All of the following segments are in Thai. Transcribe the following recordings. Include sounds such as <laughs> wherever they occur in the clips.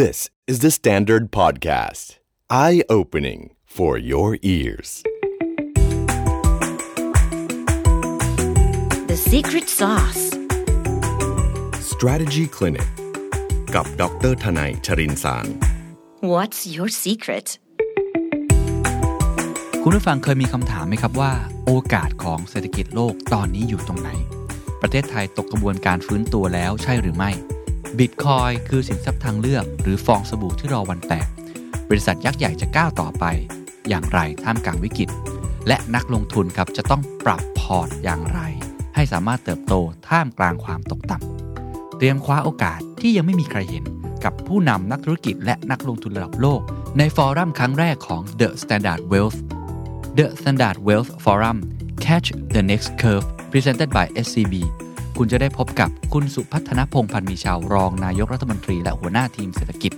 This is the Standard Podcast. Eye opening for your ears. The secret sauce. Strategy Clinic กับดรทนายชรินสาร What's your secret? คุณผู้ฟังเคยมีคำถามไหมครับว่า โอกาสของเศรษฐกิจโลกตอนนี้อยู่ตรงไหน ประเทศไทยตกกระบวนการฟื้นตัวแล้วใช่หรือไม่บิตคอยคือสินทรัพย์ทางเลือก หรือฟองสบู่ที่รอวันแตก บริษัทยักษ์ใหญ่จะก้าวต่อไป อย่างไรท่ามกลางวิกฤต และนักลงทุนครับจะต้องปรับพอร์ตอย่างไร ให้สามารถเติบโตท่ามกลางความตกต่ำเตรียมคว้าโอกาสที่ยังไม่มีใครเห็น กับผู้นำนักธุรกิจและนักลงทุนระดับโลก ในฟอรัมครั้งแรกของ The Standard Wealth The Standard Wealth Forum Catch the Next Curve Presented by SCB คุณจะได้พบกับคุณสุพัฒนพงษ์พันธ์มีชาวรองนายกรัฐมนตรีและหัวหน้าทีมเศรษฐกิจ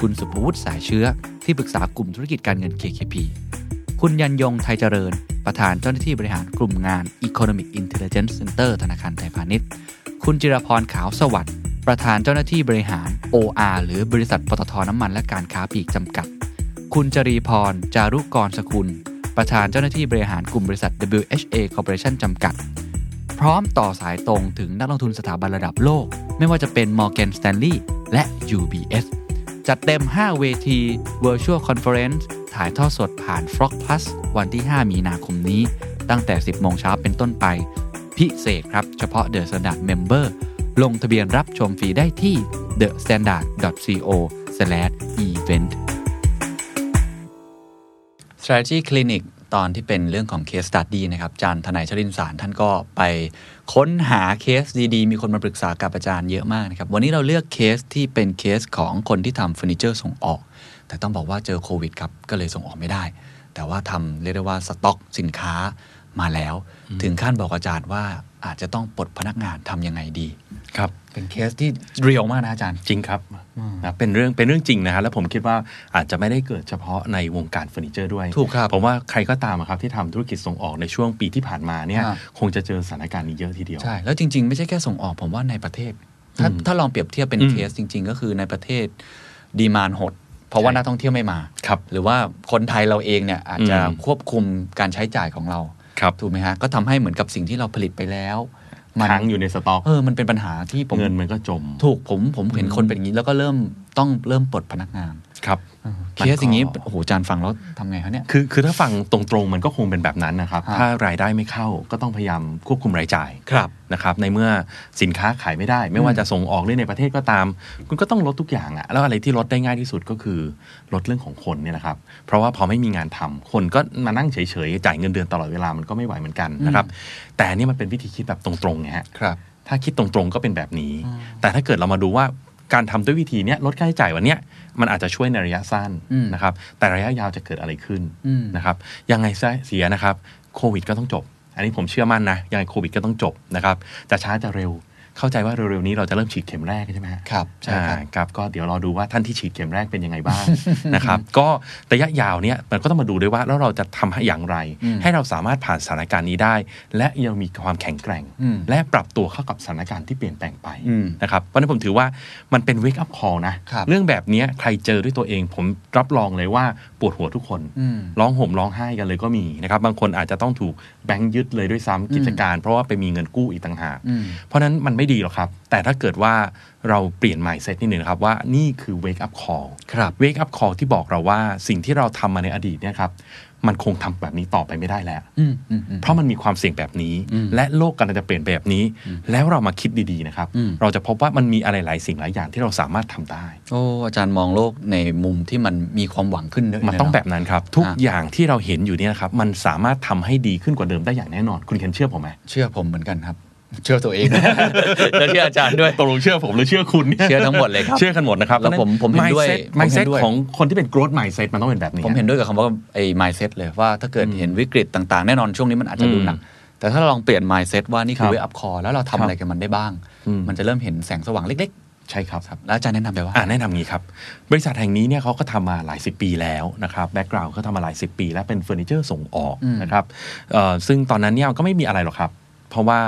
คุณสุภวุฒิสายเชื้อที่ปรึกษากลุ่มธุรกิจการเงิน KKP คุณยันยงไทยเจริญ ประธานเจ้าหน้าที่บริหารกลุ่มงาน Economic Intelligence Center ธนาคารไทยพาณิชย์ คุณจิรพรขาวสวัสดิ์ ประธานเจ้าหน้าที่บริหาร OR หรือบริษัทปตทน้ำมันและการค้าปลีกจำกัด คุณจรีพร จารุกรสกุล ประธานเจ้าหน้าที่บริหารกลุ่มบริษัท WHA Corporation จำกัด พร้อมต่อสายตรงถึงนักลงทุนสถาบันระดับโลก ไม่ว่าจะเป็น Morgan Stanley และ UBS จัดเต็ม 5 เวที Virtual Conference ถ่ายทอดสดผ่าน Frog Plus วันที่ 5 มีนาคมนี้ ตั้งแต่ 10 โมงเช้าเป็นต้นไป พิเศษครับ เฉพาะ The Standard Member ลงทะเบียนรับชมฟรีได้ที่ thestandard.co/event Strategy Clinic ตอนที่เป็นเรื่องของ Case Study นะครับอาจารย์ทนายชลินสารท่านก็ไปค้นหาเคสดีๆ มีคนมาปรึกษากับอาจารย์เยอะมากนะครับ วันนี้เราเลือกเคสที่เป็นเคสของคนที่ทำเฟอร์นิเจอร์ส่งออก แต่ต้องบอกว่าเจอโควิดครับ ก็เลยส่งออกไม่ได้ แต่ว่าทำเรียกได้ว่าสต็อกสินค้ามาแล้ว ถึงขั้นบอกอาจารย์ว่าอาจจะต้องปลดพนักงานทำยังไงดี ครับ เป็นเคสที่เรียลมากนะอาจารย์ จริงครับนะเป็นเรื่องเป็นเรื่องจริงนะฮะแล้วผมคิดว่าอาจจะไม่ได้เกิดเฉพาะในวงการเฟอร์นิเจอร์ด้วย ถูกครับ ผมว่าใครก็ตามอะครับที่ทำธุรกิจส่งออกในช่วงปีที่ผ่านมาเนี่ย ครับ คงจะเจอสถานการณ์นี้เยอะทีเดียว ใช่ แล้วจริง ๆ ไม่ใช่แค่ส่งออกผมว่าในประเทศ ถ้า อืม ถ้าลองเปรียบเทียบเป็น อืม เคสจริง ๆ ก็คือในประเทศดีมานหด เพราะว่า ใช่ นักท่องเที่ยวไม่มา ครับ หรือว่าคนไทยเราเองเนี่ยอาจจะ อืม ควบคุมการใช้จ่ายของเรา ครับ ถูกไหมฮะ ก็ทำให้เหมือนกับสิ่งที่เราผลิตไปแล้วมัน ค้างอยู่ในสต็อก เออมันเป็นปัญหาที่ผม เงินมันก็จม ถูกผมผมเห็น อืม คนเป็นอย่างนี้แล้วก็เริ่มต้องเริ่มปลดพนักงาน ครับ เคสอย่างนี้ มันก็ โอ้โหอาจารย์ฟังแล้วทำไงคะเนี่ย คือคือถ้าฟังตรงๆมันก็คงเป็นแบบนั้นนะครับ ฮะ ถ้ารายได้ไม่เข้าก็ต้องพยายามควบคุมรายจ่าย ครับ นะครับในเมื่อสินค้าขายไม่ได้ ไม่ว่า อืม จะส่งออกหรือในประเทศก็ตาม คุณก็ต้องลดทุกอย่างอะแล้วอะไรที่ลดได้ง่ายที่สุดก็คือลดเรื่องของคนเนี่ยนะครับ เพราะว่าพอไม่มีงานทำคนก็มานั่งเฉยๆจ่ายเงินเดือนตลอดเวลามันก็ไม่ไหวเหมือนกันนะครับ แต่อันนี่มันเป็นวิธีคิดแบบตรงๆไงฮะ ครับ ถ้าคิดตรงๆก็เป็นแบบนี้ แต่ถ้าเกิดเรามาดูว่าการทำด้วยวิธีเนี้ยลดค่าใช้จ่ายวันเนี้ยมันอาจจะช่วยในระยะสั้น อืม นะครับแต่ระยะยาวจะเกิดอะไรขึ้น อืม นะครับยังไงซะเสียนะครับโควิดก็ต้องจบ อันนี้ผมเชื่อมั่นนะยังไงโควิดก็ต้องจบนะครับจะช้าจะเร็ว เข้าใจว่าเร็วๆนี้เราจะเริ่มฉีดเข็มแรกใช่ไหมฮะ ครับใช่ครับ อ่าครับก็เดี๋ยวรอดูว่าท่านที่ฉีดเข็มแรกเป็นยังไง <laughs> บ้าง นะครับก็ระยะยาวเนี่ยมันก็ต้องมาดูด้วยว่าแล้วเราจะทำให้อย่างไร อืม ให้เราสามารถผ่านสถานการณ์นี้ได้ และยังมีความแข็งแกร่ง อืม และปรับตัวเข้ากับสถานการณ์ที่เปลี่ยนแปลงไป อืม นะครับเพราะฉะนั้นผมถือว่ามันเป็น wake up call นะครับ เรื่องแบบเนี้ยใครเจอด้วยตัวเอง ผมรับรองเลยว่าปวดหัวทุกคน อืม ร้องห่มร้องไห้กันเลยก็มีนะครับ บางคนอาจจะต้องถูกแบงค์ยึดเลยด้วยซ้ำกิจการ เพราะว่าไปมีเงินกู้อีกต่างหาก อืม เพราะฉะนั้นมันไม่ดีหรอกครับ แต่ถ้าเกิดว่าเราเปลี่ยน mindset นิดหนึ่งนะครับ ว่านี่คือ wake up call ครับ wake up call ที่บอกเราว่าสิ่งที่เราทำมาในอดีตเนี่ยครับ มันคงทำแบบนี้ต่อไปไม่ได้แล้ว อืมอืมอืม เพราะมันมีความเสี่ยงแบบนี้ อืม และโลกกำลังจะเปลี่ยนไปแบบนี้ แล้วเรามาคิดดีๆนะครับ อืม เราจะพบว่ามันมีอะไรหลายสิ่งหลายอย่างที่เราสามารถทำได้ โอ้อาจารย์มองโลกในมุมที่มันมีความหวังขึ้นเยอะเลย มัน เะ ต้องแบบนั้นครับ ทุก อ่ะ อย่างที่เราเห็นอยู่เนี่ยนะครับ มันสามารถทำให้ดีขึ้นกว่าเดิมได้อย่างแน่นอน คุณเคนเชื่อผมไหม เชื่อผมเหมือนกันครับ เชื่อตัวเอง แล้วเชื่ออาจารย์ด้วย ตกลงเชื่อผมหรือเชื่อคุณนี่ย เชื่อทั้งหมดเลยครับ เชื่อกันหมดนะครับ แล้วผมผมเห็นด้วยผม ไม เห็น เซ็ต ด้วย ของคนที่เป็น growth mindset มันต้องเป็นแบบนี้ ผมเห็นด้วยกับคำว่าไอ้ mindset เลยว่าถ้าเกิดเห็นวิกฤตต่างๆ แน่นอนช่วงนี้มันอาจจะดูหนัก แต่ถ้าเราลองเปลี่ยน mindset ว่านี่คือครับ wake up call แล้วเราทำอะไรกับมันได้บ้าง อืม มันจะเริ่มเห็นแสงสว่างเล็ก ใช่ครับ ๆครับแล้วอาจารย์แนะนำไปว่า อ่าแนะนำงี้ครับ บริษัทแห่งนี้เนี่ยเขาก็ทำมาหลายสิบปีแล้วนะครับแบ็กกราวน์เขาทำมาหลายสิบปี แล้วเป็นเฟอร์นิเจอร์ส่งออก อืม นะครับเอ่อซึ่งตอนนั้นเนี่ยก็ไม่มีอะไรหรอกครับ เพราะว่า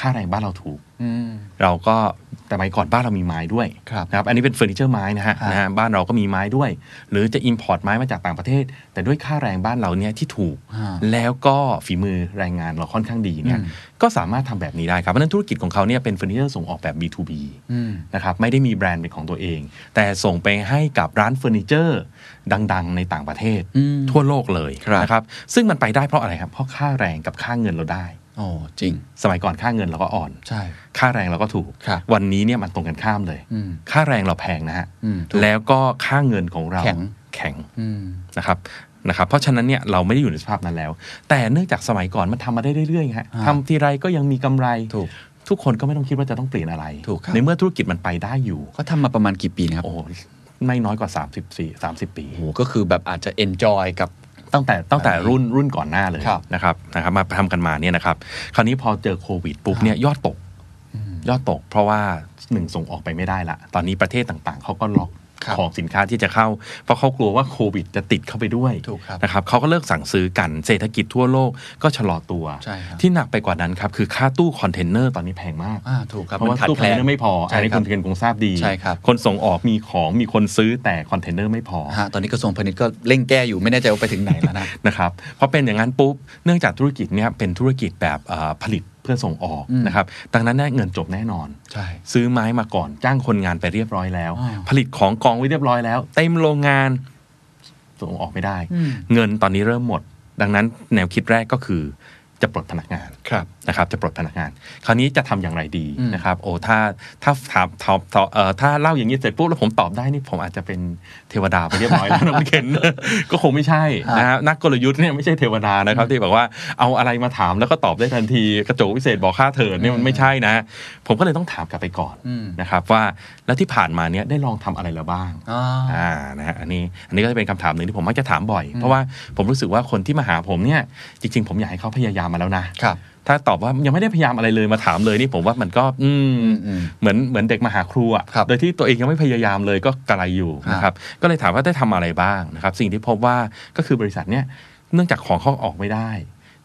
ค่าแรงบ้านเราถูก อืม เราก็แต่สมัยก่อนบ้านเรามีไม้ด้วย ครับ นะครับ อันนี้เป็นเฟอร์นิเจอร์ไม้นะฮะ ครับ นะฮะบ้านเราก็มีไม้ด้วย หรือจะ Import ไม้มาจากต่างประเทศ แต่ด้วยค่าแรงบ้านเราเนี่ยที่ถูก อ่า แล้วก็ฝีมือแรงงานเราค่อนข้างดีเนี่ยก็สามารถทำแบบนี้ได้ครับ เพราะฉะนั้นธุรกิจของเขาเนี่ยเป็นเฟอร์นิเจอร์ส่งออกแบบ B2B อืม นะครับไม่ได้มีแบรนด์เป็นของตัวเอง แต่ส่งไปให้กับร้านเฟอร์นิเจอร์ดัง ๆ ในต่างประเทศ อืม ทั่วโลกเลย ครับ นะครับซึ่งมันไปได้เพราะอะไรครับเพราะค่าแรงกับค่าเงินเราได้ โอ้จริง สมัยก่อนค่าเงินเราก็อ่อน ใช่ ค่าแรงเราก็ถูก ครับ วันนี้เนี่ยมันตรงกันข้ามเลย อืม ค่าแรงเราแพงนะฮะ อืมถูก แล้วก็ค่าเงินของเรา แข็ง แข็ง อืม นะครับ นะครับ เพราะฉะนั้นเนี่ยเราไม่ได้อยู่ในสภาพนั้นแล้ว แต่เนื่องจากสมัยก่อนมันทำมาได้เรื่อยๆฮะ อ่า ทำทีไรก็ยังมีกำไร ถูก ทุกคนก็ไม่ต้องคิดว่าจะต้องเปลี่ยนอะไร ถูกครับ ในเมื่อธุรกิจมันไปได้อยู่ เขาทำมาประมาณกี่ปีนะครับ โอ้โหไม่น้อยกว่า 34 30 ปี โอ้โหก็คือแบบอาจจะ enjoy กับ ตั้งแต่ตั้งแต่รุ่นรุ่นก่อนหน้าเลย ครับ นะครับนะครับมาทำกันมาเนี่ยนะครับคราวนี้พอเจอโควิดปุ๊บเนี่ยยอดตก ยอดตก เพราะว่าหนึ่งส่งออกไปไม่ได้ละ ตอนนี้ประเทศต่างๆ เขาก็ล็อก ครับ ของสินค้าที่จะเข้า เพราะเขากลัวว่าโควิดจะติดเข้าไปด้วย ถูกครับ นะครับเขาก็เลิกสั่งซื้อกันเศรษฐกิจทั่วโลกก็ชะลอตัว ใช่ครับ ที่หนักไปกว่านั้นครับคือค่าตู้คอนเทนเนอร์ตอนนี้แพงมาก อ่าถูกครับ เพราะว่า มันขาด ตู้ค แค อน ลนเทนเนอร์ไม่พอ อันนี้ ใช่ครั คุ บ ณเพียรคงทราบดี ใช่ครับ คนส่งออกมีของมีคนซื้อแต่คอนเทนเนอร์ไม่พอ ฮะตอนนี้กระทรวงพาณิชย์ก็เร่งแก้อยู่ไม่แน่ใจว่าไปถึงไหนแล้วนะ นะครับเพราะเป็นอย่างนั้นปุ๊บ เนื่องจากธุรกิจเนี่ยเป็นธุรกิจแบบเอ่อผลิตเพื่อส่งออก อืม นะครับ ดังนั้นเนี่ยเงินจบแน่นอน ใช่ ซื้อไม้มาก่อนจ้างคนงานไปเรียบร้อยแล้ว อ้าว ผลิตของกองไว้เรียบร้อยแล้ว เต็มโรงงานส่งออกไม่ได้ อืม เงินตอนนี้เริ่มหมด ดังนั้นแนวคิดแรกก็คือจะปลดพนักงาน ครับ นะครับจะปลดพนักงาน คราวนี้จะทำอย่างไรดี อืม นะครับโอ้ถ้าถ้าถามตอบตอบเอ่อถ้าเล่าอย่างนี้เสร็จปุ๊บแล้วผมตอบได้นี่ผมอาจจะเป็นเทวดาไปเรียบร้อย <laughs> แล้วนะคุณเคน ก็คงไม่ใช่นะฮะนักกลยุทธ์เนี่ยไม่ใช่เทวดานะครับที่บอกว่าเอาอะไรมาถามแล้วก็ตอบได้ทันทีกระโจกวิเศษบอกค่าเถิดเนี่ยมันไม่ใช่นะ ผมก็เลยต้องถามกลับไปก่อน อืม นะครับว่าแล้วที่ผ่านมาเนี่ยได้ลองทำอะไรแล้วบ้าง อ่า อ่านะฮะอันนี้อันนี้ก็จะเป็นคำถามหนึ่งที่ผมมักจะถามบ่อย เพราะว่าผมรู้สึกว่าคนที่มาหาผมเนี่ยจริง ๆ ผมอยากให้เขาพยายามมาแล้วนะครับ ถ้าตอบว่ายังไม่ได้พยายามอะไรเลยมาถามเลยนี่ผมว่ามันก็อืม อืมอืม เหมือนเหมือนเด็กมาหาครูอะ ครับ โดยที่ตัวเองยังไม่พยายามเลยก็กระไรอยู่ ครับ นะครับก็เลยถามว่าได้ทำอะไรบ้างนะครับสิ่งที่พบว่าก็คือบริษัทเนี่ยเนื่องจากของเขาออกไม่ได้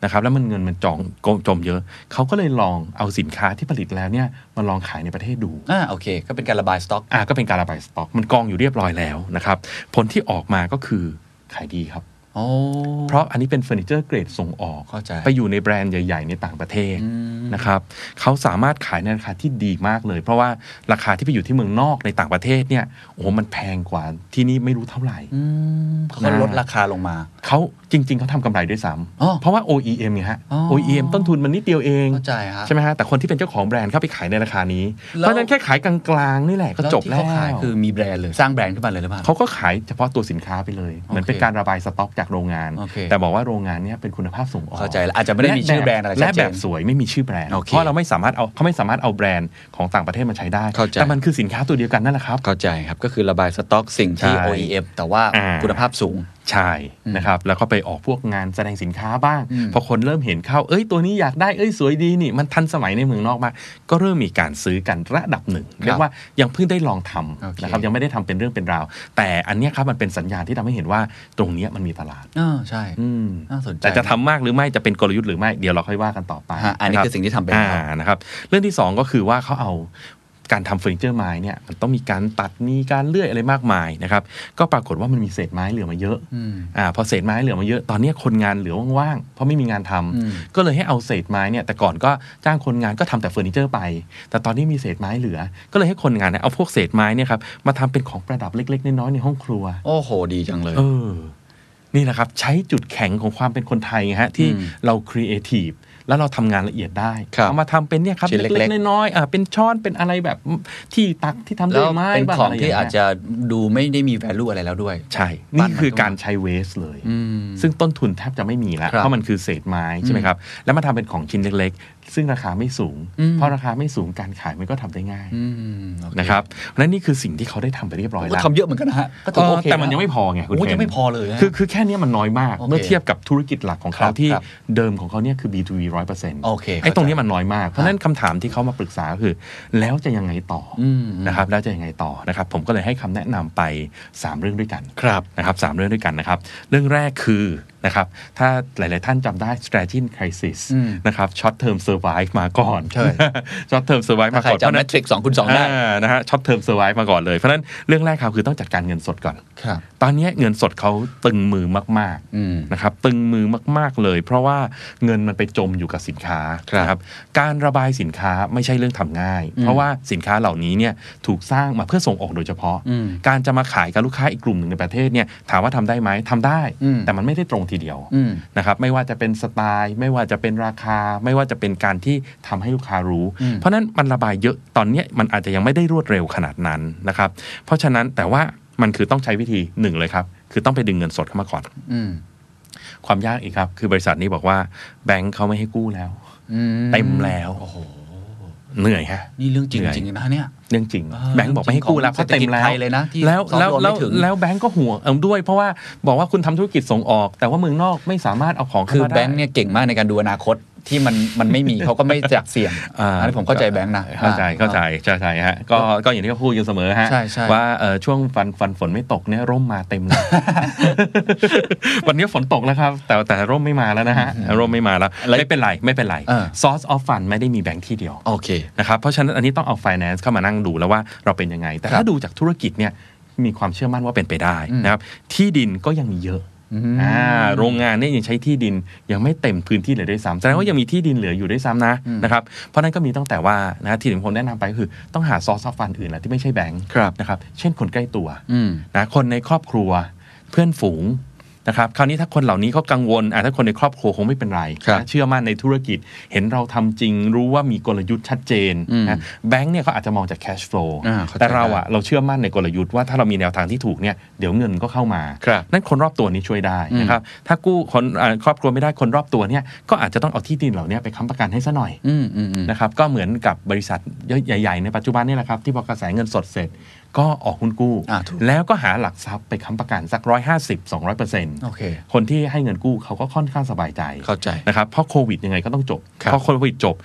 นะครับแล้วมันเงินมันจองจมเยอะเขาก็เลยลองเอาสินค้าที่ผลิตแล้วเนี่ยมาลองขายในประเทศดู อ่าโอเค ก็เป็นการระบายสต็อก อ่ะก็เป็นการระบายสต็อกมันกองอยู่เรียบร้อยแล้วนะครับ ผลที่ออกมาก็คือขายดีครับ โอ้ เพราะอันนี้เป็นเฟอร์นิเจอร์เกรดส่งออก เข้าใจ ไปอยู่ในแบรนด์ใหญ่ ๆ ในต่างประเทศนะครับเขาสามารถขายในราคาที่ดีมากเลย เพราะว่าราคาที่ไปอยู่ที่เมืองนอกในต่างประเทศเนี่ยโอ้โหมันแพงกว่าที่นี่ไม่รู้เท่าไหร่ อืมเขาก็ลดราคาลงมา เขาจริง ๆ เขาทำกำไรด้วยซ้ อ๋อ ำเพราะว่า OEM ไงฮะ อ๋อ OEM ต้นทุนมันนิดเดียวเอง เข้าใจฮะ ใช่ไหมฮะแต่คนที่เป็นเจ้าของแบรนด์เข้าไปขายในราคานี้ แล้ เพ ว ราะฉะนั้นแค่ขายกลางๆนี่แหละก็จบแล้ว ที่เขาขายคือมีแบรนด์เลย สร้างแบรนด์ขึ้นมาเลยหรือเปล่า เขาก็ขายเฉพาะตัวสินค้าไปเลย เหมือนเป็นการระบายสต็อกจากโรงงาน โอเค แต่บอกว่าโรงงานเนี้ยเป็นคุณภาพส่งออก เข้าใจแล้วอาจจะไม่ได้มีชื่อแบรนด์อะไรชั และ ดเจ แบบ น สวยไม่มีชื่อแบรนด์ โอเค เพราะเราไม่สามารถเอาเขาไม่สามารถเอาแบรนด์ของต่างประเทศมาใช้ได้ เข้าใจ แต่มันคือสินค้าตัวเดียวกันนั่นแหละครับ เข้าใจครับ ก็คือระบายสต็อกสิ่งที่ ใช่ OEM แต่ว่า อ่า คุณภาพสูง ใช่นะครับแล้วก็ไปออกพวกงานแสดงสินค้าบ้าง อืม พอคนเริ่มเห็นเข้าเอ้ยตัวนี้อยากได้เอ้ยสวยดีนี่ มันทันสมัยในเมืองนอกมากก็เริ่มมีการซื้อกันระดับหนึ่งเรียกว่ายังเพิ่งได้ลองท โอเค ำนะครับยังไม่ได้ทำเป็นเรื่องเป็นราว แต่อันเนี้ยครับมันเป็นสัญญาณที่ทำให้เห็นว่าตรงเนี้ยมันมีตลาด อ่าใช่ อืม น่าสนใจ แต่จะทำมากหรือไม่จะเป็นกลยุทธ์หรือไม่เดี๋ยวเราค่อยว่ากันต่อไป ฮะอันนี้ รับ คือสิ่งที่ทำไป อ่า แล้ว นะครับเรื่องที่สองก็คือว่าเขาเอาการทำเฟอร์นิเจอร์ไม้เนี่ยมันต้องมีการตัดมีการเลื่อยอะไรมากมายนะครับก็ปรากฏว่ามันมีเศษไม้เหลือมาเยอะ อืม อ่าพอเศษไม้เหลือมาเยอะตอนเนี้ยคนงานเหลือว่างๆเพราะไม่มีงานทำ อืม ก็เลยให้เอาเศษไม้เนี่ยแต่ก่อนก็จ้างคนงานก็ทำแต่เฟอร์นิเจอร์ไป แต่ตอนนี้มีเศษไม้เหลือ ก็เลยให้คนงานเนี่ยเอาพวกเศษไม้เนี่ยครับมาทำเป็นของประดับเล็กๆน้อยๆในห้องครัว โอ้โห ดีจังเลย เออ นี่แหละครับ ใช้จุดแข็งของความเป็นคนไทยไงฮะ ที่ อืม เราครีเอทีฟแล้วเราทำงานละเอียดได้ ครับ เอามาทำเป็นเนี่ยครับ ชิ้นเล็กๆ เล็กๆน้อยๆอ่าเป็นช้อนเป็นอะไรแบบที่ตักที่ทำด้ แล้ว วยไม้ เป็น บ้าง ของ อะไร ที่ ย่ อาจ เย จะดูไม่ได้มี value อะไรแล้วด้วย ใช่ นี่คือการใช้เวสเลย อืม ซึ่งต้นทุนแทบจะไม่มีแล้ว ครับ เพราะมันคือเศษไม้ใช่ไหมครับ แล้วมาทำเป็นของชิ้นเล็กๆ ซึ่งราคาไม่สูง อืม เพราะราคาไม่สูงการขายมันก็ทำได้ง่าย อืมโอเ นะครับเพราะฉะนั้นนี่คือสิ่งที่เขาได้ทำไปเรียบร้อย ก็ แล้ว ทำเยอะเหมือนกันนะฮะก็ถื เอ อว่า อ โอเค แต่มันยังไม่พอไงคุณ โอ้ย เคน ยังไม่พอเลยนะ คือคือแค่เนี้ยมันน้อยมาก โอเค เมื่อเทียบกับธุรกิจหลักของ ครั เขา บ ที่ ครับ เดิมของเขาเนี่ยคือ B2B ร้อยเปอร์เซ็นต์ โอเคเข้าใจ ไอ้ตรงเนี้ยมันน้อยมาก เพราะฉะนั้นคำถามที่เขามาปรึกษาก็คือ แล้วจะยังไงต่ออ ม นะครับแล้วจะยังไงต่อนะครับ ผมก็เลยให้คำแนะนำไป 3 เรื่องด้วยกัน ครับ นะครับสามเรื่องด้วยกันนะครับ เรื่องแรกคือ นะครับ ถ้าหลาย ๆ ท่านจำได้ strategic crisis อืม นะครับ short term survive มาก่อน ใช่ <laughs> short term survive มา ถ้าใคร ก่อนเพ จำ ราะ แม นั้น ทริกสองคูณสองได้ านะฮะ short term survive มาก่อนเลย เพราะฉะนั้นเรื่องแรกครับคือต้องจัดการเงินสดก่อน ครับ ตอนนี้เงินสดเขาตึงมือมาก อืม ๆ นะครับ ตึงมือมาก ๆ เลย เพราะว่าเงินมันไปจมอยู่กับสินค้า ครับ นะการระบายสินค้าไม่ใช่เรื่องทำง่าย อืม เพราะว่าสินค้าเหล่านี้เนี่ยถูกสร้างมาเพื่อส่งออกโดยเฉพาะ อืม การจะมาขายกับลูกค้าอีกกลุ่มหนึ่งในประเทศเนี่ยถามว่าทำได้ไหมทำได้ อืม แต่มันไม่ได้ตรงทีเดียว อืม นะครับไม่ว่าจะเป็นสไตล์ ไม่ว่าจะเป็นราคา ไม่ว่าจะเป็นการที่ทำให้ลูกค้ารู้ อืม เพราะฉะนั้นมันระบายเยอะตอนเนี้ยมันอาจจะยังไม่ได้รวดเร็วขนาดนั้นนะครับเพราะฉะนั้นแต่ว่ามันคือต้องใช้วิธีหนึ่งเลยครับ คือต้องไปดึงเงินสดเข้ามาก่อน อืม ความยากอีกครับ คือบริษัทนี้บอกว่าแบงค์เขาไม่ให้กู้แล้ว อื เต็มแล้ว โอ้โห เหนื่อยฮะ นี่เรื่องจริง เหนื่อย จริงๆนะเนี่ย เรื่องจริง เออ แบงค์บอกไม่ให้กู้แล้ว จริงๆ เพราะเต็มแล้ของเศรษฐกิจวไทยเลยนะที่ แล้ว สอง แล้ว รวมไม่ แล้ว ถึง แล้วแบงค์ก็ห่วงเอาด้วย เพราะว่าบอกว่าคุณทำธุรกิจส่งออก แต่ว่าเมืองนอกไม่สามารถเอาของเข้า คือ มาได้ แบงค์เนี่ยเก่งมากในการดูอนาคตที่มันมันไม่มี เขาก็ไม่อยากเสี่ยง อ่า อันนี้ผมเข้าใจแบงค์นะ เข้าใจเข้าใจใช่ใช่ฮะก็ก็อย่างที่เขาพูดอยู่เสมอฮะ ใช่ใช่ ว่าเอ่อช่วงฟันฟันฝนไม่ตกเนี่ยร่มมาเต็ม <laughs> เลย วันนี้ฝนตกแล้วครับ แต่แต่ร่มไม่มาแล้วนะฮะร่มไม่มาแล้วไม่เป็นไรไม่เป็นไร เออ source of fund ไม่ได้มีแบงค์ที่เดียว โอเค นะครับเพราะฉะนั้นอันนี้ต้องเอา finance เข้ามานั่งดูแล้วว่าเราเป็นยังไง แต่ ครั ถ้า บ ดูจากธุรกิจเนี่ยมีความเชื่อมั่นว่าเป็นไปได้ อืม นะครับที่ดินก็ยังมีเยอะ อืม อ่าโรงงานเนี่ยยังใช้ที่ดินยังไม่เต็มพื้นที่เลยด้วยซ้ำแสดงว่ายังมีที่ดินเหลืออยู่ด้วยซ้ำนะ อืม นะครับเพราะนั้นก็มีตั้งแต่ว่านะที่ผมแนะนำไปก็คือต้องหาซอสฟันอื่นแหละที่ไม่ใช่แบงค์ ครับ นะครับเช่นคนใกล้ตัว อืม นะคนในครอบครัวเพื่อนฝูงนะครับคราวนี้ถ้าคนเหล่านี้เขากังวลอ่ะถ้าคนในครอบครัวคงไม่เป็นไร ครับ นะเชื่อมั่นในธุรกิจเห็นเราทำจริง รู้ว่ามีกลยุทธ์ชัดเจนนะแบงค์เนี่ยเขาอาจจะมองจาก cash flow อ่าเข้าใจ แต่เราอ่ะเราเชื่อมั่นในกลยุทธ์ว่าถ้าเรามีแนวทางที่ถูกเนี่ยเดี๋ยวเงินก็เข้ามา ครับ นั่นคนรอบตัวนี้ช่วยได้ อืม นะครับถ้ากู้คนอ่าครอบครัวไม่ได้คนรอบตัวเนี่ยก็อาจจะต้องเอาที่ดินเหล่านี้ไปค้ำประกันให้ซะหน่อย อืมอืมอืม นะครับก็เหมือนกับบริษัทใหญ่ ๆ ในปัจจุบันนี่แหละครับ ที่พอกระแสเงินสดเสร็จ ก็ออกหุ้นกู้ อ่าถูก แล้วก็หาหลักทรัพย์ไปค้ำประกันสักร้อยห้าสิบสองร้อยเปอร์เซ็นต์ โอเค คนที่ให้เงินกู้เขาก็ค่อนข้างสบายใจ เข้าใจ นะครับเพราะโควิดยังไงก็ต้องจบ ครับ พอโควิดจบ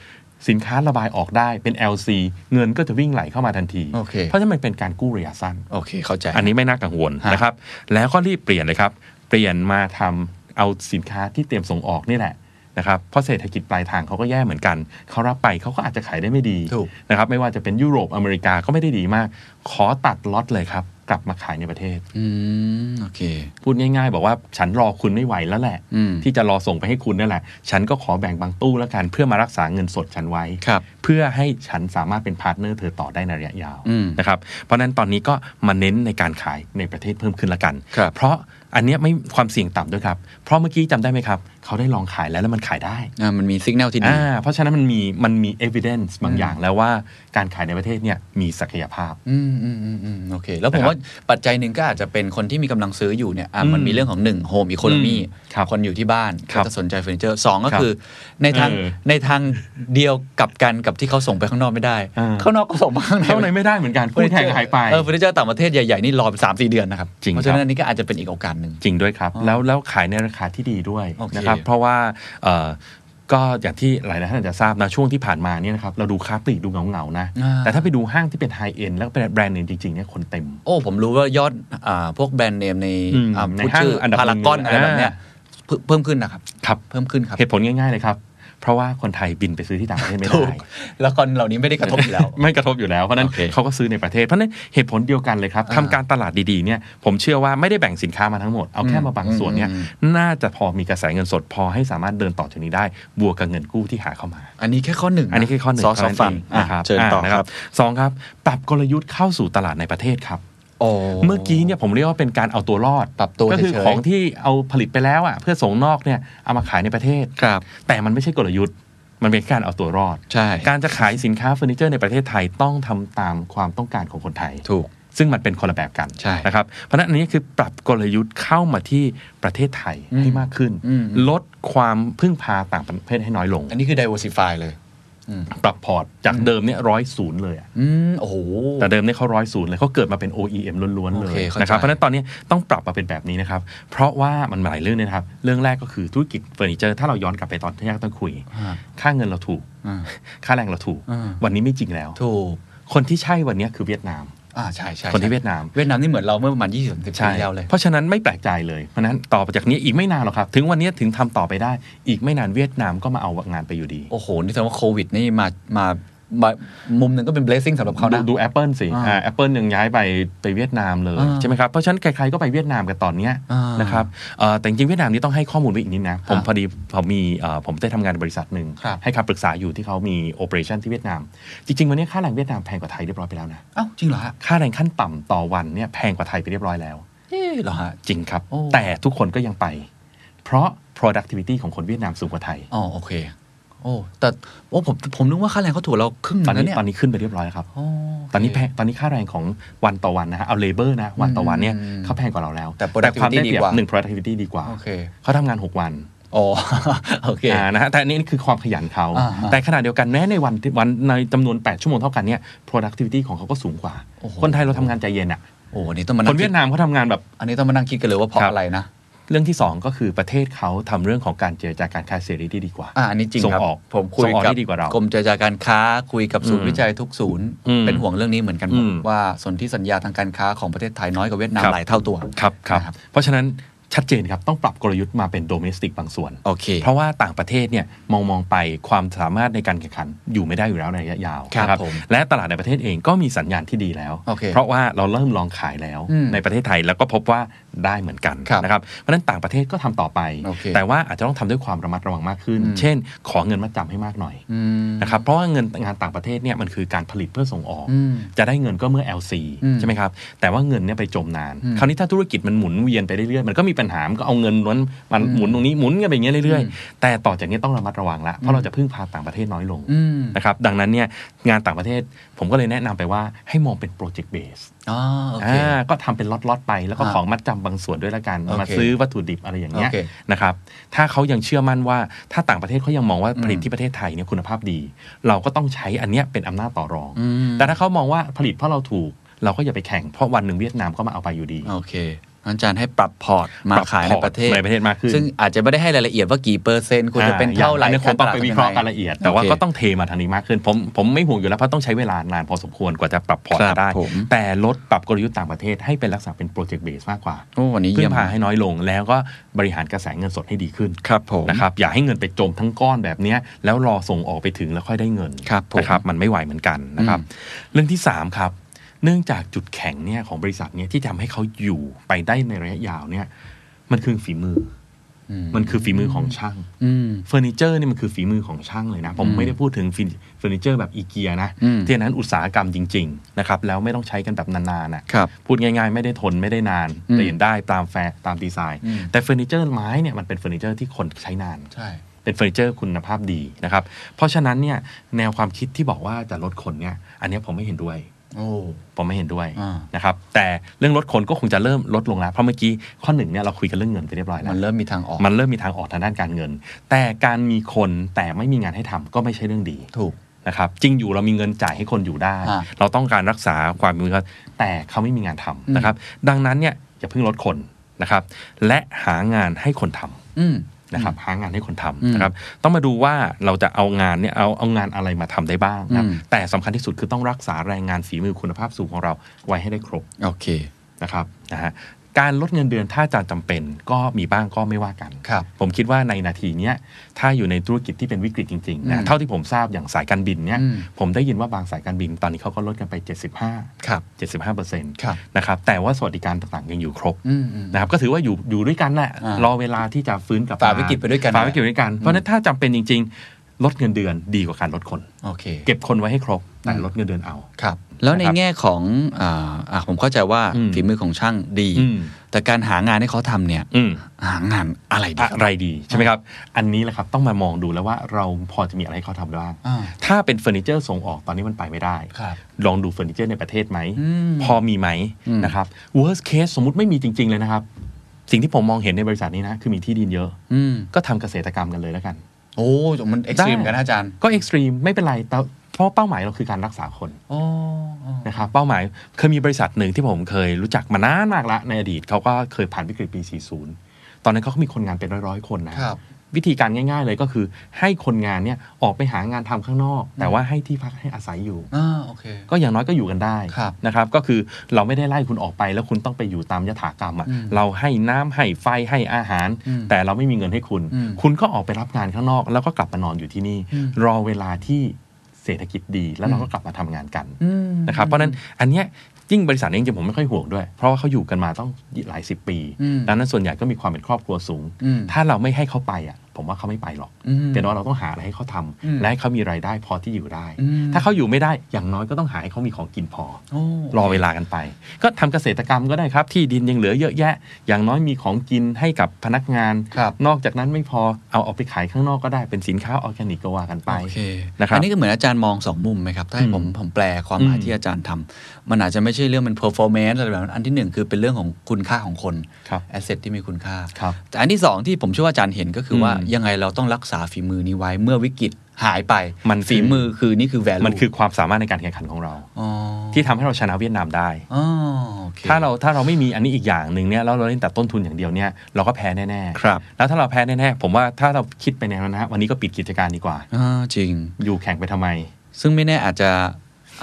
สินค้าระบายออกได้เป็น LC เงินก็จะวิ่งไหลเข้ามาทันที โอเค ราะฉะนั้นมันเป็นการกู้ระยะสั้น โอเค เข้าใจ อันนี้ไม่น่ากังวล ฮะ นะครับ แล้วก็รีบเปลี่ยนเลยครับ เปลี่ยนมาทำเอาสินค้าที่เตรียมส่งออกนี่แหละนะครับ เพราะเศรษฐกิจปลายทางเขาก็แย่เหมือนกัน เขารับไปเขาก็อาจจะขายได้ไม่ดี ถูก นะครับ ไม่ว่าจะเป็นยุโรปอเมริกาก็ไม่ได้ดีมาก ขอตัดล็อตเลยครับ กลับมาขายในประเทศ อืมโอเค พูดง่าย ๆ บอกว่าฉันรอคุณไม่ไหวแล้วแหละ อืม ที่จะรอส่งไปให้คุณนั่นแหละ ฉันก็ขอแบ่งบางตู้แล้วกันเพื่อมารักษาเงินสดฉันไว้ ครับ เพื่อให้ฉันสามารถเป็นพาร์ทเนอร์เธอต่อได้ในระยะยาว อืม นะครับ เพราะฉะนั้นตอนนี้ก็มาเน้นในการขายในประเทศเพิ่มขึ้นละกัน ครับ เพราะอันเนี้ยไม่ความเสี่ยงต่ำด้วยครับ เพราะเมื่อกี้จำได้ไหมครับ เขาได้ลองขายแล้วแล้วมันขายได้ อ่ามันมีสัญญาณที่ดี อ่าเพราะฉะนั้นมันมีมันมี evidence บาง อืม อย่างแล้วว่าการขายในประเทศเนี่ยมีศักยภาพ อืมอืมอืมอืมโอเค แล้วผม นะครับ ว่าปัจจัยหนึ่งก็อาจจะเป็นคนที่มีกำลังซื้ออยู่เนี่ยอ่ะมัน อืม มีเรื่องของหนึ่งโฮมอีโคโนมี ครับ คนอยู่ที่บ้าน ค ก็ รับ จะสนใจเฟอร์นิเจอร์สองก็ ครับ คือ ในทาง เออ ในทางเดียวกับกันกับที่เขาส่งไปข้างนอกไม่ได้ อ่า ข้างนอกก็ส่งมาข้างใน เท่าไหนไม่ได้เหมือนกันคู่แข่งหายไป เออเฟอร์นิเจอร์ต่างประเทศใหญ่ ๆ นี่รอสามสี่เดือนนะครับ จริง เพราะ คฉะรับ นั้นอันนี้ก็อาจจะเป็นอีกโอกาสหนึ่ง จริงด้วยครับ อ๋อ แล้วแล้วขายในราคาที่ดีด้วย โอเค นะครับเพราะว่าเอ่อก็อย่างที่หลาย ๆ ท่านอาจจะทราบนะช่วงที่ผ่านมาเนี่ยนะครับเราดูค้าปลีกดูเหงา ๆ นะ อ่า แต่ถ้าไปดูห้างที่เป็นไฮเอ็นแล้วเป็นแบรนด์เนมจริง ๆ เนี่ยคนเต็ม โอ้ ผมรู้ว่ายอดอ่าพวกแบรนด์เนมใน อืม อ่า ใน พูด ห้าง ชื่อ อันดับ พารากอน หนึ่ง อะไรแบบเนี้ยเพิ่มเพิ่มขึ้นนะครับ ครับ เพิ่มขึ้นครับ เหตุผลง่าย ๆ เลยครับ เพราะว่าคนไทยบินไปซื้อที่ต่างประเทศไม่ ถู ได้ กแล้วคนเหล่านี้ไม่ได้กระทบอยู่แล้ว ไม่กระทบอยู่แล้ว เพราะฉะนั้น โอเค เขาก็ซื้อในประเทศ เพราะฉะนั้นเหตุผลเดียวกันเลยครับ อ่า ทำการตลาดดี ๆ เนี่ยผมเชื่อว่าไม่ได้แบ่งสินค้ามาทั้งหมด เอาแค่มาบางส่วนเนี่ย อืม น่าจะพอมีกระแสเงินสดพอให้สามารถเดินต่อจากนี้ได้บวกกับเงินกู้ที่หาเข้ามา <laughs> อันนี้แค่ข้อหนึ่ง อันนี้คือข้อหนึ่ง ซอส เท่า ฟัน เองนะครับ เชิญต่อ อ่านะครับ สองครับ ปรับกลยุทธ์เข้าสู่ตลาดในประเทศครับ โอ้ เมื่อกี้เนี่ยผมเรียกว่าเป็นการเอาตัวรอด ปรับตัว ก็คือ เฉยๆ ของที่เอาผลิตไปแล้วอ่ะเพื่อส่งนอกเนี่ยเอามาขายในประเทศ ครับ แต่มันไม่ใช่กลยุทธ์ มันเป็นการเอาตัวรอด ใช่ การจะขายสินค้าเฟอร์นิเจอร์ในประเทศไทยต้องทำตามความต้องการของคนไทย ถูก ซึ่งมันเป็นคนละแบบกัน ใช่ นะครับเพราะฉะนั้นอันนี้คือปรับกลยุทธ์เข้ามาที่ประเทศไทยให้ อืม มากขึ้น อืม ลดความพึ่งพาต่างประเทศให้น้อยลง อันนี้คือ diversify เลย ปรับพอร์ตจากเดิมเนี่ยร้อยศูนย์เลยอะ อืม โอ้โห แต่เดิมเนี่ยเขาร้อยศูนย์เลยเขาเกิดมาเป็น OEM ล้วนๆ เล โอยเคเข้าใจ นะครับเพราะฉะนั้นตอนนี้ต้องปรับมาเป็นแบบนี้นะครับ เพราะว่ามันหลายเรื่องเนี่ยนะครับ เรื่องแรกก็คือธุรกิจเฟอร์นิเจอร์ ถ้าเราย้อนกลับไปตอนที่แรกต้องคุย อ่า ค่าเงินเราถูก อ่า ค่าแรงเราถูก อ่า วันนี้ไม่จริงแล้ว ถูก คนที่ใช่วันนี้คือเวียดนาม อ่าใช่ ใช่ใช่ คนที่เวียดนาม เวียดนามนี่เหมือนเราเมื่อประมาณ20-30ปีที่แล้วเลย เพราะฉะนั้นไม่แปลกใจเลย เพราะฉะนั้นต่อจากนี้อีกไม่นานหรอกครับ ถึงวันนี้ถึงทำต่อไปได้ อีกไม่นานเวียดนามก็มาเอางานไปอยู่ดี โอ้โห นี่แสดงว่าโควิดนี่มามามามุมหนึ่งก็เป็น blessing สำหรับเขา ดู นะ ดู Apple สิ อ่า อ่าแอปเปิลยังย้ายไปไปเวียดนามเลย อ่า ใช่ไหมครับ เพราะฉะนั้นใครๆก็ไปเวียดนามกันตอนเนี้ย อ่าน นะครับเอ่อแต่จริงๆเวียดนามนี่ต้องให้ข้อมูลไว้อีกนิดนะ ผม อ่า พอดีผมมีเอ่อผมได้ทำงานในบริษัทหนึ่ง ครับ ให้คำปรึกษาอยู่ที่เขามีโอเปอเรชั่นที่เวียดนาม จริงๆวันนี้ค่าแรงเวียดนามแพงกว่าไทยเรียบร้อยไปแล้วนะ เอ้าจริงเหรอฮะ ค่าแรงขั้นต่ำต่อวันเนี่ยแพงกว่าไทยไปเรียบร้อยแล้ว เอ๊ะเหรอฮะ จริงครับ โอ้ แต่ทุกคนก็ยังไป เพราะ productivity ของคนเวียดนามสูงกว่าไทย อ๋อโอเค โอ้แต่โอ้ผมผมนึกว่าค่าแรงเขาถูกเราครึ่งห ต นึ อน งนะ นี้ เนี่ย ตอนนี้ขึ้นไปเรียบร้อยแล้วครับ โอ้โเค ตอนนี้แพงตอนนี้ค่าแรงของวันต่อวันนะฮะเอาเลเบอร์นะ วันต่อวันเนี่ย อืม เขาแพงกว่าเราแล้ว แต่ ความได้ productivity เปรีย ดีกว่า บหนึ่ง productivity ดีกว่า โอเค เขาทำงาน 6 วัน อ๋ <laughs> อ โอเค อ่านะฮะแต่อันนี้คือความขยันเขา อ่าฮะ แต่ขณะเดียวกันแม้ในวันที่วันในจำนวน 8 ชั่วโมงเท่ากันเนี่ย productivity ของเขาก็สูงกว่า โอ้โห คนไทยเราทำงานใจเย็นอ่ะ โอ้อันนี้ต้องมา ค นั่ น ง เวียดนามเขาทำงานแบบ อันนี้ต้องมานั่งคิดกันเลยว่าเพราะ ครับ อะไรนะ เรื่องที่สองก็คือประเทศเขาทำเรื่องของการเจรจาการค้าเสรีที่ดีกว่า อ่าอันนี้จริง ส่ง ครับ ออก ผมคุ ส่ ย งออก กับ ได้ดีกว่าเรา กรมเจรจาการค้าคุยกับศูนย์ อืม วิจัยทุกศูนย์ อืม เป็นห่วงเรื่องนี้เหมือนกันหมด อืม ว่าสนธิสัญญาทางการค้าของประเทศไทยน้อยกว่าเวียดนาม ครับ หลายเท่าตัว ครับครับ นะครับ เพราะฉะนั้นชัดเจนครับ ต้องปรับกลยุทธ์มาเป็นโดเมสติกบางส่วน โอเค เพราะว่าต่างประเทศเนี่ยมองมองไปความสามารถในการแข่งขันอยู่ไม่ได้อยู่แล้วในระยะยาว ครับ นะ ผม และตลาดในประเทศเองก็มีสัญญาณที่ดีแล้ว โอเค เพราะว่าเราเริ่มลองขายแล้ว อืม ในประเทศไทยแล้วก็พบว่าได้เหมือนกัน ครับ นะครับเพราะฉะนั้นต่างประเทศก็ทำต่อไป โอเค แต่ว่าอาจจะต้องทำด้วยความระมัดระวังมากขึ้น อืม เช่น ขอเงินมาจำให้มากหน่อย อืม นะครับเพราะว่าเงินงานต่างประเทศเนี่ยมันคือการผลิตเพื่อส่งออก อืม จะได้เงินก็เมื่อ LC อืม ใช่ไหมครับ แต่ว่าเงินเนี่ยไปจมนาน อืม คราวนี้ถ้าธุรกิจมันหมุนเวียนไปเรื่อยๆ มันก็มีปัญหา มันก็เอาเงินนั้นมัน อืม หมุนตรงนี้หมุนกันไปอย่างเงี้ยเรื่อย อืม ๆ แต่ต่อจากนี้ต้องระมัดระวังละ เพราะเราจะพึ่งพาต่างประเทศน้อยลง อืม นะครับ ดังนั้นเนี่ยงานต่างประเทศผมก็เลยแนะนำไปว่าให้มองเป็นโปรเจกต์เบส อ๋อโอเค ก็ทำเป็นล็อตๆไป แล้วก็ อ่า ของมัดจำบางส่วนด้วยละกัน โอเค มาซื้อวัตถุดิบอะไรอย่างเงี้ย โอเค นะครับ ถ้าเขายังเชื่อมั่นว่า ถ้าต่างประเทศเขายังมองว่า อืม ผลิตที่ประเทศไทยเนี่ยคุณภาพดี เราก็ต้องใช้อันเนี้ยเป็นอำนาจต่อรอง อืม แต่ถ้าเขามองว่าผลิตเพราะเราถูก เราก็อย่าไปแข่ง เพราะวันหนึ่งเวียดนามก็มาเอาไปอยู่ดี โอเคงั้นอาจารย์ให้ปรับพอร์ตมา ปบ ขายในประเทศ ในประเทศมากขึ้น ซึ่งอาจจะไม่ได้ให้รายละเอียดว่ากี่เปอร์เซ็นต์ควรจะเป็นเท่าไหร่ อ่อย่งอันนี้คงต้องไปวิเคราะห์ ก กัน ร ละเอียด แต่ว่า โอเค ก็ต้องเทมาทางนี้มากขึ้น ผมผมไม่ห่วงอยู่แล้วเพราะต้องใช้เวลานานพอสมควรกว่าจะปรับพอร์ต ครับ ได้ ผม แต่ลดปรับกลยุทธ์ต่างประเทศให้เป็นลักษณะเป็นโปรเจกต์เบสมากกว่า โอ้วันนี้ พึ่ เยี่ยม งพาให้น้อยลงแล้วก็บริหารกระแสเงินสดให้ดีขึ้น ครับผม นะครับอย่าให้เงินไปจมทั้งก้อนแบบเนี้ยแล้วรอส่งออกไปถึงแล้วค่อยได้เงิน ครับผม นะครับมันไม่ไหวเหมือนกันนะครับ อืม เรื่องที่ 3 ครับ เนื่องจากจุดแข็งเนี่ยของบริษัทเนี่ยที่ทำให้เขาอยู่ไปได้ในระยะยาวเนี่ยมันคือฝีมือ อื อมันคือฝีมือของช่าง อืม เฟอร์นิเจอร์นี่มันคือฝีมือของช่างเลยนะ ผม อืม ไม่ได้พูดถึงฟินเฟอร์นิเจอร์แบบอีเกียนะ อืม ที่อันนั้นอุตสาหกรรมจริงๆนะครับแล้วไม่ต้องใช้กันแบบนานๆอ่ะ ครับ พูดง่ายๆ ไม่ได้ทนไม่ได้นาน อืม เปลี่ยนได้ตามแฟร์ตามดีไซน์ อืม แต่เฟอร์นิเจอร์ไม้เนี่ยมันเป็นเฟอร์นิเจอร์ที่คนใช้นาน ใช่ เป็นเฟอร์นิเจอร์คุณภาพดีนะครับ เพราะฉะนั้นเนี่ยแนวความคิดที่บอกว่าจะลดคนเนี่ยอันเนี้ยผมไม่เห็นด้วย โอ้ ผมไม่เห็นด้วย อ่า นะครับแต่เรื่องลดคนก็คงจะเริ่มลดลงแล้วเพราะเมื่อกี้ข้อหนึ่งเนี่ยเราคุยกันเรื่องเงินไปเรียบร้อยแล้ มั วน เริ่มมีทางออก มันเริ่มมีทางออกทางด้านการเงิน แต่การมีคนแต่ไม่มีงานให้ทำก็ไม่ใช่เรื่องดี ถูก นะครับจริงอยู่เรามีเงินจ่ายให้คนอยู่ได้ อ่า เราต้องการรักษาความมีคนแต่เขาไม่มีงานทำ อืม นะครับดังนั้นเนี่ยอย่าเพิ่งลดคนนะครับและหางานให้คนทำ อืม นะครับหางานให้คนท อืม ำนะครับต้องมาดูว่าเราจะเอางานเนี่ยเอาเอางานอะไรมาทำได้บ้างนะครับ อืม แต่สำคัญที่สุดคือต้องรักษาแรงงานฝีมือคุณภาพสูงของเราไว้ให้ได้ครบ โอเค นะครับนะฮะการลดเงินเดือนถ้าจำเป็นก็มีบ้างก็ไม่ว่ากัน ครับ ผมคิดว่าในนาทีเนี้ยถ้าอยู่ในธุรกิจที่เป็นวิกฤตจริงๆ อื นะ ม เท่าที่ผมทราบอย่างสายการบินเนี่ย อืม ผมได้ยินว่าบางสายการบินตอนนี้เขาก็ลดกันไป 75 ครับ 75เปอร์เซ็นต์ ครับ นะครับแต่ว่าสวัสดิการต่างๆยังอยู่ครบ อืมอืม นะครับก็ถือว่าอยู่อยู่ด้วยกันแหละ อ่าร ร อเวลาที่จะฟื้นกลับม ฝ่าวิกฤตไปด้วยกัน ฝ่าวิกฤตไปด้วยกัน เพราะฉะนั้นถ้าจำเป็นจริง ๆ ลดเงินเดือนดีกว่าการลดคน โอเค เก็บคนไว้ให้ครบแต่ลดเงินเดือนเอา ครับ แล้วใน นะครับ แง่ของอ่าอ่ะผมเข้าใจว่า อืม ฝีมือของช่างดี อืม แต่การหางานให้เขาทำเนี่ย อืม หางานอะไรดี อะไรดีใช่ไหมครับ อันนี้แหละครับต้องมามองดูแล้วว่าเราพอจะมีอะไรให้เขาทำได้บ้าง อ่า ถ้าเป็นเฟอร์นิเจอร์ส่งออกตอนนี้มันไปไม่ได้ ครับ ลองดูเฟอร์นิเจอร์ในประเทศไหม อืม พอมีไหม อืม นะครับ worst case สมมติไม่มีจริง ๆ เลยนะครับ สิ่งที่ผมมองเห็นในบริษัทนี้นะคือมีที่ดินเยอะ อืม ก็ทำเกษตรกรรมกันเลยแล้วกัน โอ้มันเอ็กซ์ตรีมกันนะอาจารย์ ก็เอ็กซ์ตรีมไม่เป็นไรแต่เพราะเป้าหมายเราคือการรักษาคน โอ้ นะครับเป้าหมายเคยมีบริษัทหนึ่งที่ผมเคยรู้จักมานานมากละในอดีตเขาก็เคยผ่านวิกฤตปี 40 ตอนนั้นเขาก็มีคนงานเป็นร้อยๆ คนนะครับ วิธีการง่าย ๆ เลยก็คือให้คนงานเนี่ยออกไปหางานทำข้างนอก แต่ว่าให้ที่พักให้อาศัยอยู่ อ่าโอเค ก็อย่างน้อยก็อยู่กันได้ ครับ นะครับก็คือเราไม่ได้ไล่คุณออกไปแล้วคุณต้องไปอยู่ตามยถากรรมอะ อืม เราให้น้ำให้ไฟให้อาหาร อืม แต่เราไม่มีเงินให้คุณ อืม คุณก็ออกไปรับงานข้างนอก แล้วก็กลับมานอนอยู่ที่นี่ อืม รอเวลาที่เศรษฐกิจดี แล้วเราก็กลับมาทำงานกัน อืม นะครับเพราะฉะนั้นอันเนี้ยยิ่งบริษัทเองจริงๆผมไม่ค่อยห่วงด้วย เพราะว่าเขาอยู่กันมาต้องหลายสิบปี อืม ดังนั้นส่วนใหญ่ก็มีความเป็นครอบครัวสูง อืม ถ้าเราไม่ให้เขาไปอ่ะผมว่าเขาไม่ไปหรอก อืม แต่ว่าเราต้องหาอะไรให้เขาทำ อืม และให้เขามีรายได้พอที่อยู่ได้ อืม ถ้าเขาอยู่ไม่ได้อย่างน้อยก็ต้องหาให้เขามีของกินพอ โอ้ รอเวลากันไป ก็ทำเกษตรกรรมก็ได้ครับ ที่ดินยังเหลือเยอะแยะ อย่างน้อยมีของกินให้กับพนักงาน ครับ นอกจากนั้นไม่พอเอาออกไปขายข้างนอกก็ได้เป็นสินค้าออร์แกนิกก็ว่ากันไป โอเค นะครับ อันนี้ก็เหมือนอาจารย์มองสองมุมไหมครับ ถ้าให้ อืม ผมผมแปลความหมาย อืม ที่อาจารย์ทำมันอาจจะไม่ใช่เรื่องมัน performance อะไรแบบนั้นอันที่หนึ่งคือเป็นเรื่องของคุณค่าของคน ครับ asset ที่มีคุณค่า ครับ แต่อันที่สองที่ผมเชื่อว่าอาจารย์เห็นก็คือว่า อืม ยังไงเราต้องรักษาฝีมือนี้ไว้เมื่อวิกฤตหายไป มันคือ ฝีมือคือนี่คือ value มันคือความสามารถในการแข่งขันของเรา อ๋อ ที่ทำให้เราชนะเวียดนามได้ อ๋อโอค ถ้าเราถ้าเราไม่มีอันนี้อีกอย่างหนึ่งเนี่ยแล้วเราเล่นแต่ต้นทุนอย่างเดียวเนี่ยเราก็แพ้แน่ๆ ครับ แล้วถ้าเราแพ้แน่ๆผมว่าถ้าเราคิดไปในนั้นนะวันนี้ก็ปิดกิจการดีกว่า อ่าจริง อยู่แข่งไปทำไม ซึ่งไม่แน่อาจจะ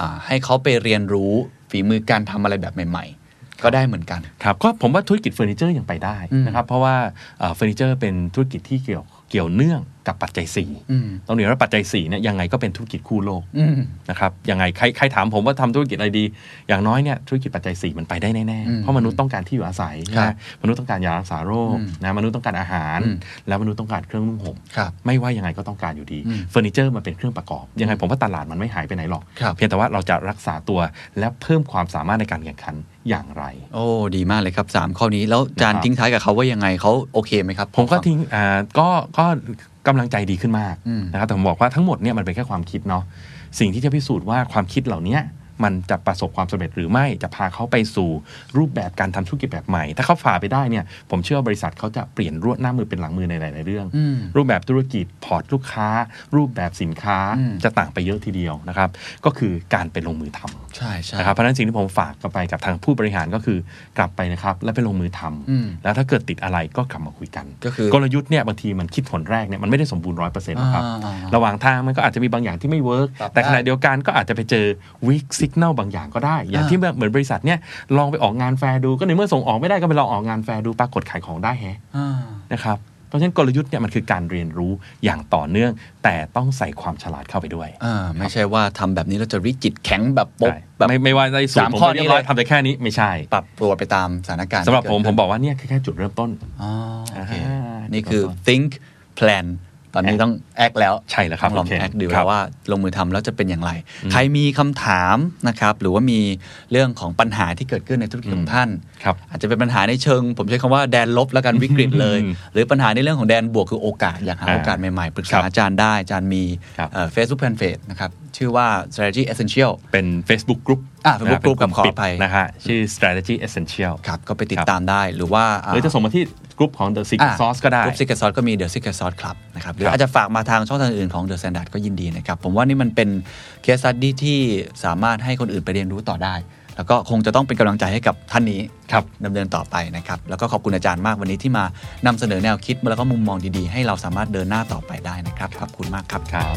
อ่าให้เขาไปเรียนรู้ฝีมือการทำอะไรแบบใหม่ ๆ ก็ได้เหมือนกัน ครับก็ผมว่าธุรกิจเฟอร์นิเจอร์ยังไปได้นะครับเพราะว่าเอ่อเฟอร์นิเจอร์เป็นธุรกิจที่เกี่ยวเกี่ยวเนื่องกับปัจจัยสี่ อืม ต้องเรียนว่าปัจจัยสี่เนี่ยยังไงก็เป็นธุรกิจคู่โลก อืม นะครับยังไงใครใครถามผมว่าทำธุรกิจอะไรดี อย่างน้อยเนี่ยธุรกิจปัจจัยสี่มันไปได้แน่ อื ๆ ม เพราะมนุษย์ต้องการที่อยู่อาศัย ครั นะ บ มนุษย์ต้องการยารักษาโรค อืม นะมนุษย์ต้องการอาหาร อืม แล้วมนุษย์ต้องการเครื่องนุ่งห่ม ครับ ไม่ว่ายังไงก็ต้องการอยู่ดี อืม เฟอร์นิเจอร์มันเป็นเครื่องประกอบ ยังไงผมว่าตลาดมันไม่หายไปไหนหรอก ครับ เพียงแต่ว่าเราจะรักษาตัวและเพิ่มความสามารถในการแข่งขันอย่างไร โอ้ดีมากเลยครับ 3 ข้อนี้แล้วจาน นะครับ ทิ้งท้ายกับเขาว่ายังไงเขาโอเคไหมครับ ผมก็ทิ้งอ่าก็ก็กำลังใจดีขึ้นมาก อืม นะครับแต่ผมบอกว่าทั้งหมดเนี่ยมันเป็นแค่ความคิดเนาะสิ่งที่จะพิสูจน์ว่าความคิดเหล่าเนี้ยมันจะประสบความสำเร็จหรือไม่จะพาเขาไปสู่รูปแบบการทำธุรกิจแบบใหม่ ถ้าเขาฝ่าไปได้เนี่ยผมเชื่อว่าบริษัทเขาจะเปลี่ยนรวดหน้ามือเป็นหลังมือในหลาย ๆ เรื่อง อืม รูปแบบธุรกิจพอร์ตลูกค้า รูปแบบสินค้า อืม จะต่างไปเยอะทีเดียวนะครับ ก็คือการไปลงมือท ใช่ใช่ ำนะครับเพราะฉะนั้นสิ่งที่ผมฝากกลับไปกับทางผู้บริหารก็คือกลับไปนะครับ แล้วไปลงมือทำ อืม แล้วถ้าเกิดติดอะไรก็กลับมาคุยกัน ก็คือก ลยุทธ์เนี่ยบางทีมันคิดผลแรกเนี่ยมันไม่ได้สมบูรณ์ร้อยเปอร์เซ็นต์นะครับ อ่า ระหว่างทางมันก็อาจจะมีบางอย่างที่ไม่เวิร์ก ปรับได้ แต่ขณะเดียวกันก็อาจจะไปเจอวิกสัญญาณบางอย่างก็ได้ อย่าง อ่า ที่เหมือนบริษัทเนี่ยลองไปออกงานแฟร์ดูก็ในเมื่อส่งออกไม่ได้ก็ไปลองออกงานแฟร์ดูปรากฏขายของได้แฮะ อ่า นะครับ เพราะฉะนั้นกลยุทธ์เนี่ยมันคือการเรียนรู้อย่างต่อเนื่อง แต่ต้องใส่ความฉลาดเข้าไปด้วย อ่า ไม่ใช่ว่าทำแบบนี้เราจะริจิตแข็งแบบปบ ใช่ แบบ ไม่ไม่ว่าได้สูต สาร ม ผม ข้อ ไปเรียบร้อย นี้เลย ทำแต่แค่นี้ไม่ใช่ ปรับตัวไปตามสถานการณ์ สำหรับผม ที่เกิดผขึ้ ม น บอกว่าเนี่ยแค่จุดเริ่มต้น อ๋อโอเค อ่านี่ นี่คือ think plan ตอนนี้ต้อง act แล้ว ใช่แล้วครับ ต้องลอง โอเค act ดู ครับ ว่าลงมือทำแล้วจะเป็นอย่างไร ใครมีคำถามนะครับ หรือว่ามีเรื่องของปัญหาที่เกิดขึ้นในธุรกิจของท่าน ครับ อาจจะเป็นปัญหาในเชิง ผมใช้คำว่าแดนลบแล้วกันวิกฤตเลย หรือปัญหาในเรื่องของแดนบวกคือโอกาส อยากหา อ่า โอกาสใหม่ๆ ปรึก ครั ษา บ อาจารย์ได้อาจารย์มี ครับ เฟซบุ๊กแฟนเฟซนะครับ ชื่อว่า strategy essential เป็น Facebook Group อ่า Facebook Group ะ ครับขออภัย เป็นลุ่มปิดนะฮะชื่อ strategy essential ครับ ก็ไปติด ครับ ตามได้หรือว่า หรือจะส่งมาที่กลุ่มของ The Secret Sauce ก็ได้ กรุ๊ปซิกเกอร์ซอสก็มีเดอะซิกเกอร์ซอสครับนะครับหรือ ครับ อาจจะฝากมาทางช่องทางอื่นของเดอะแซนด์ดัก็ยินดีนะครับ ผมว่านี่มันเป็นเคส e ั u ดี้ที่สามารถให้คนอื่นไปเรียนรู้ต่อได้ แล้วก็คงจะต้องเป็นกำลังใจให้กับท่านนี้ ครับ ดำเนินต่อไปนะครับ แล้วก็ขอบคุณอาจารย์มากวันนี้ที่มานำเสนอแนวคิดแล้วก็มุมมองดีๆ ให้เราสามารถเดินหน้าต่อไปได้นะครับขอบคุณมากครับ ครับ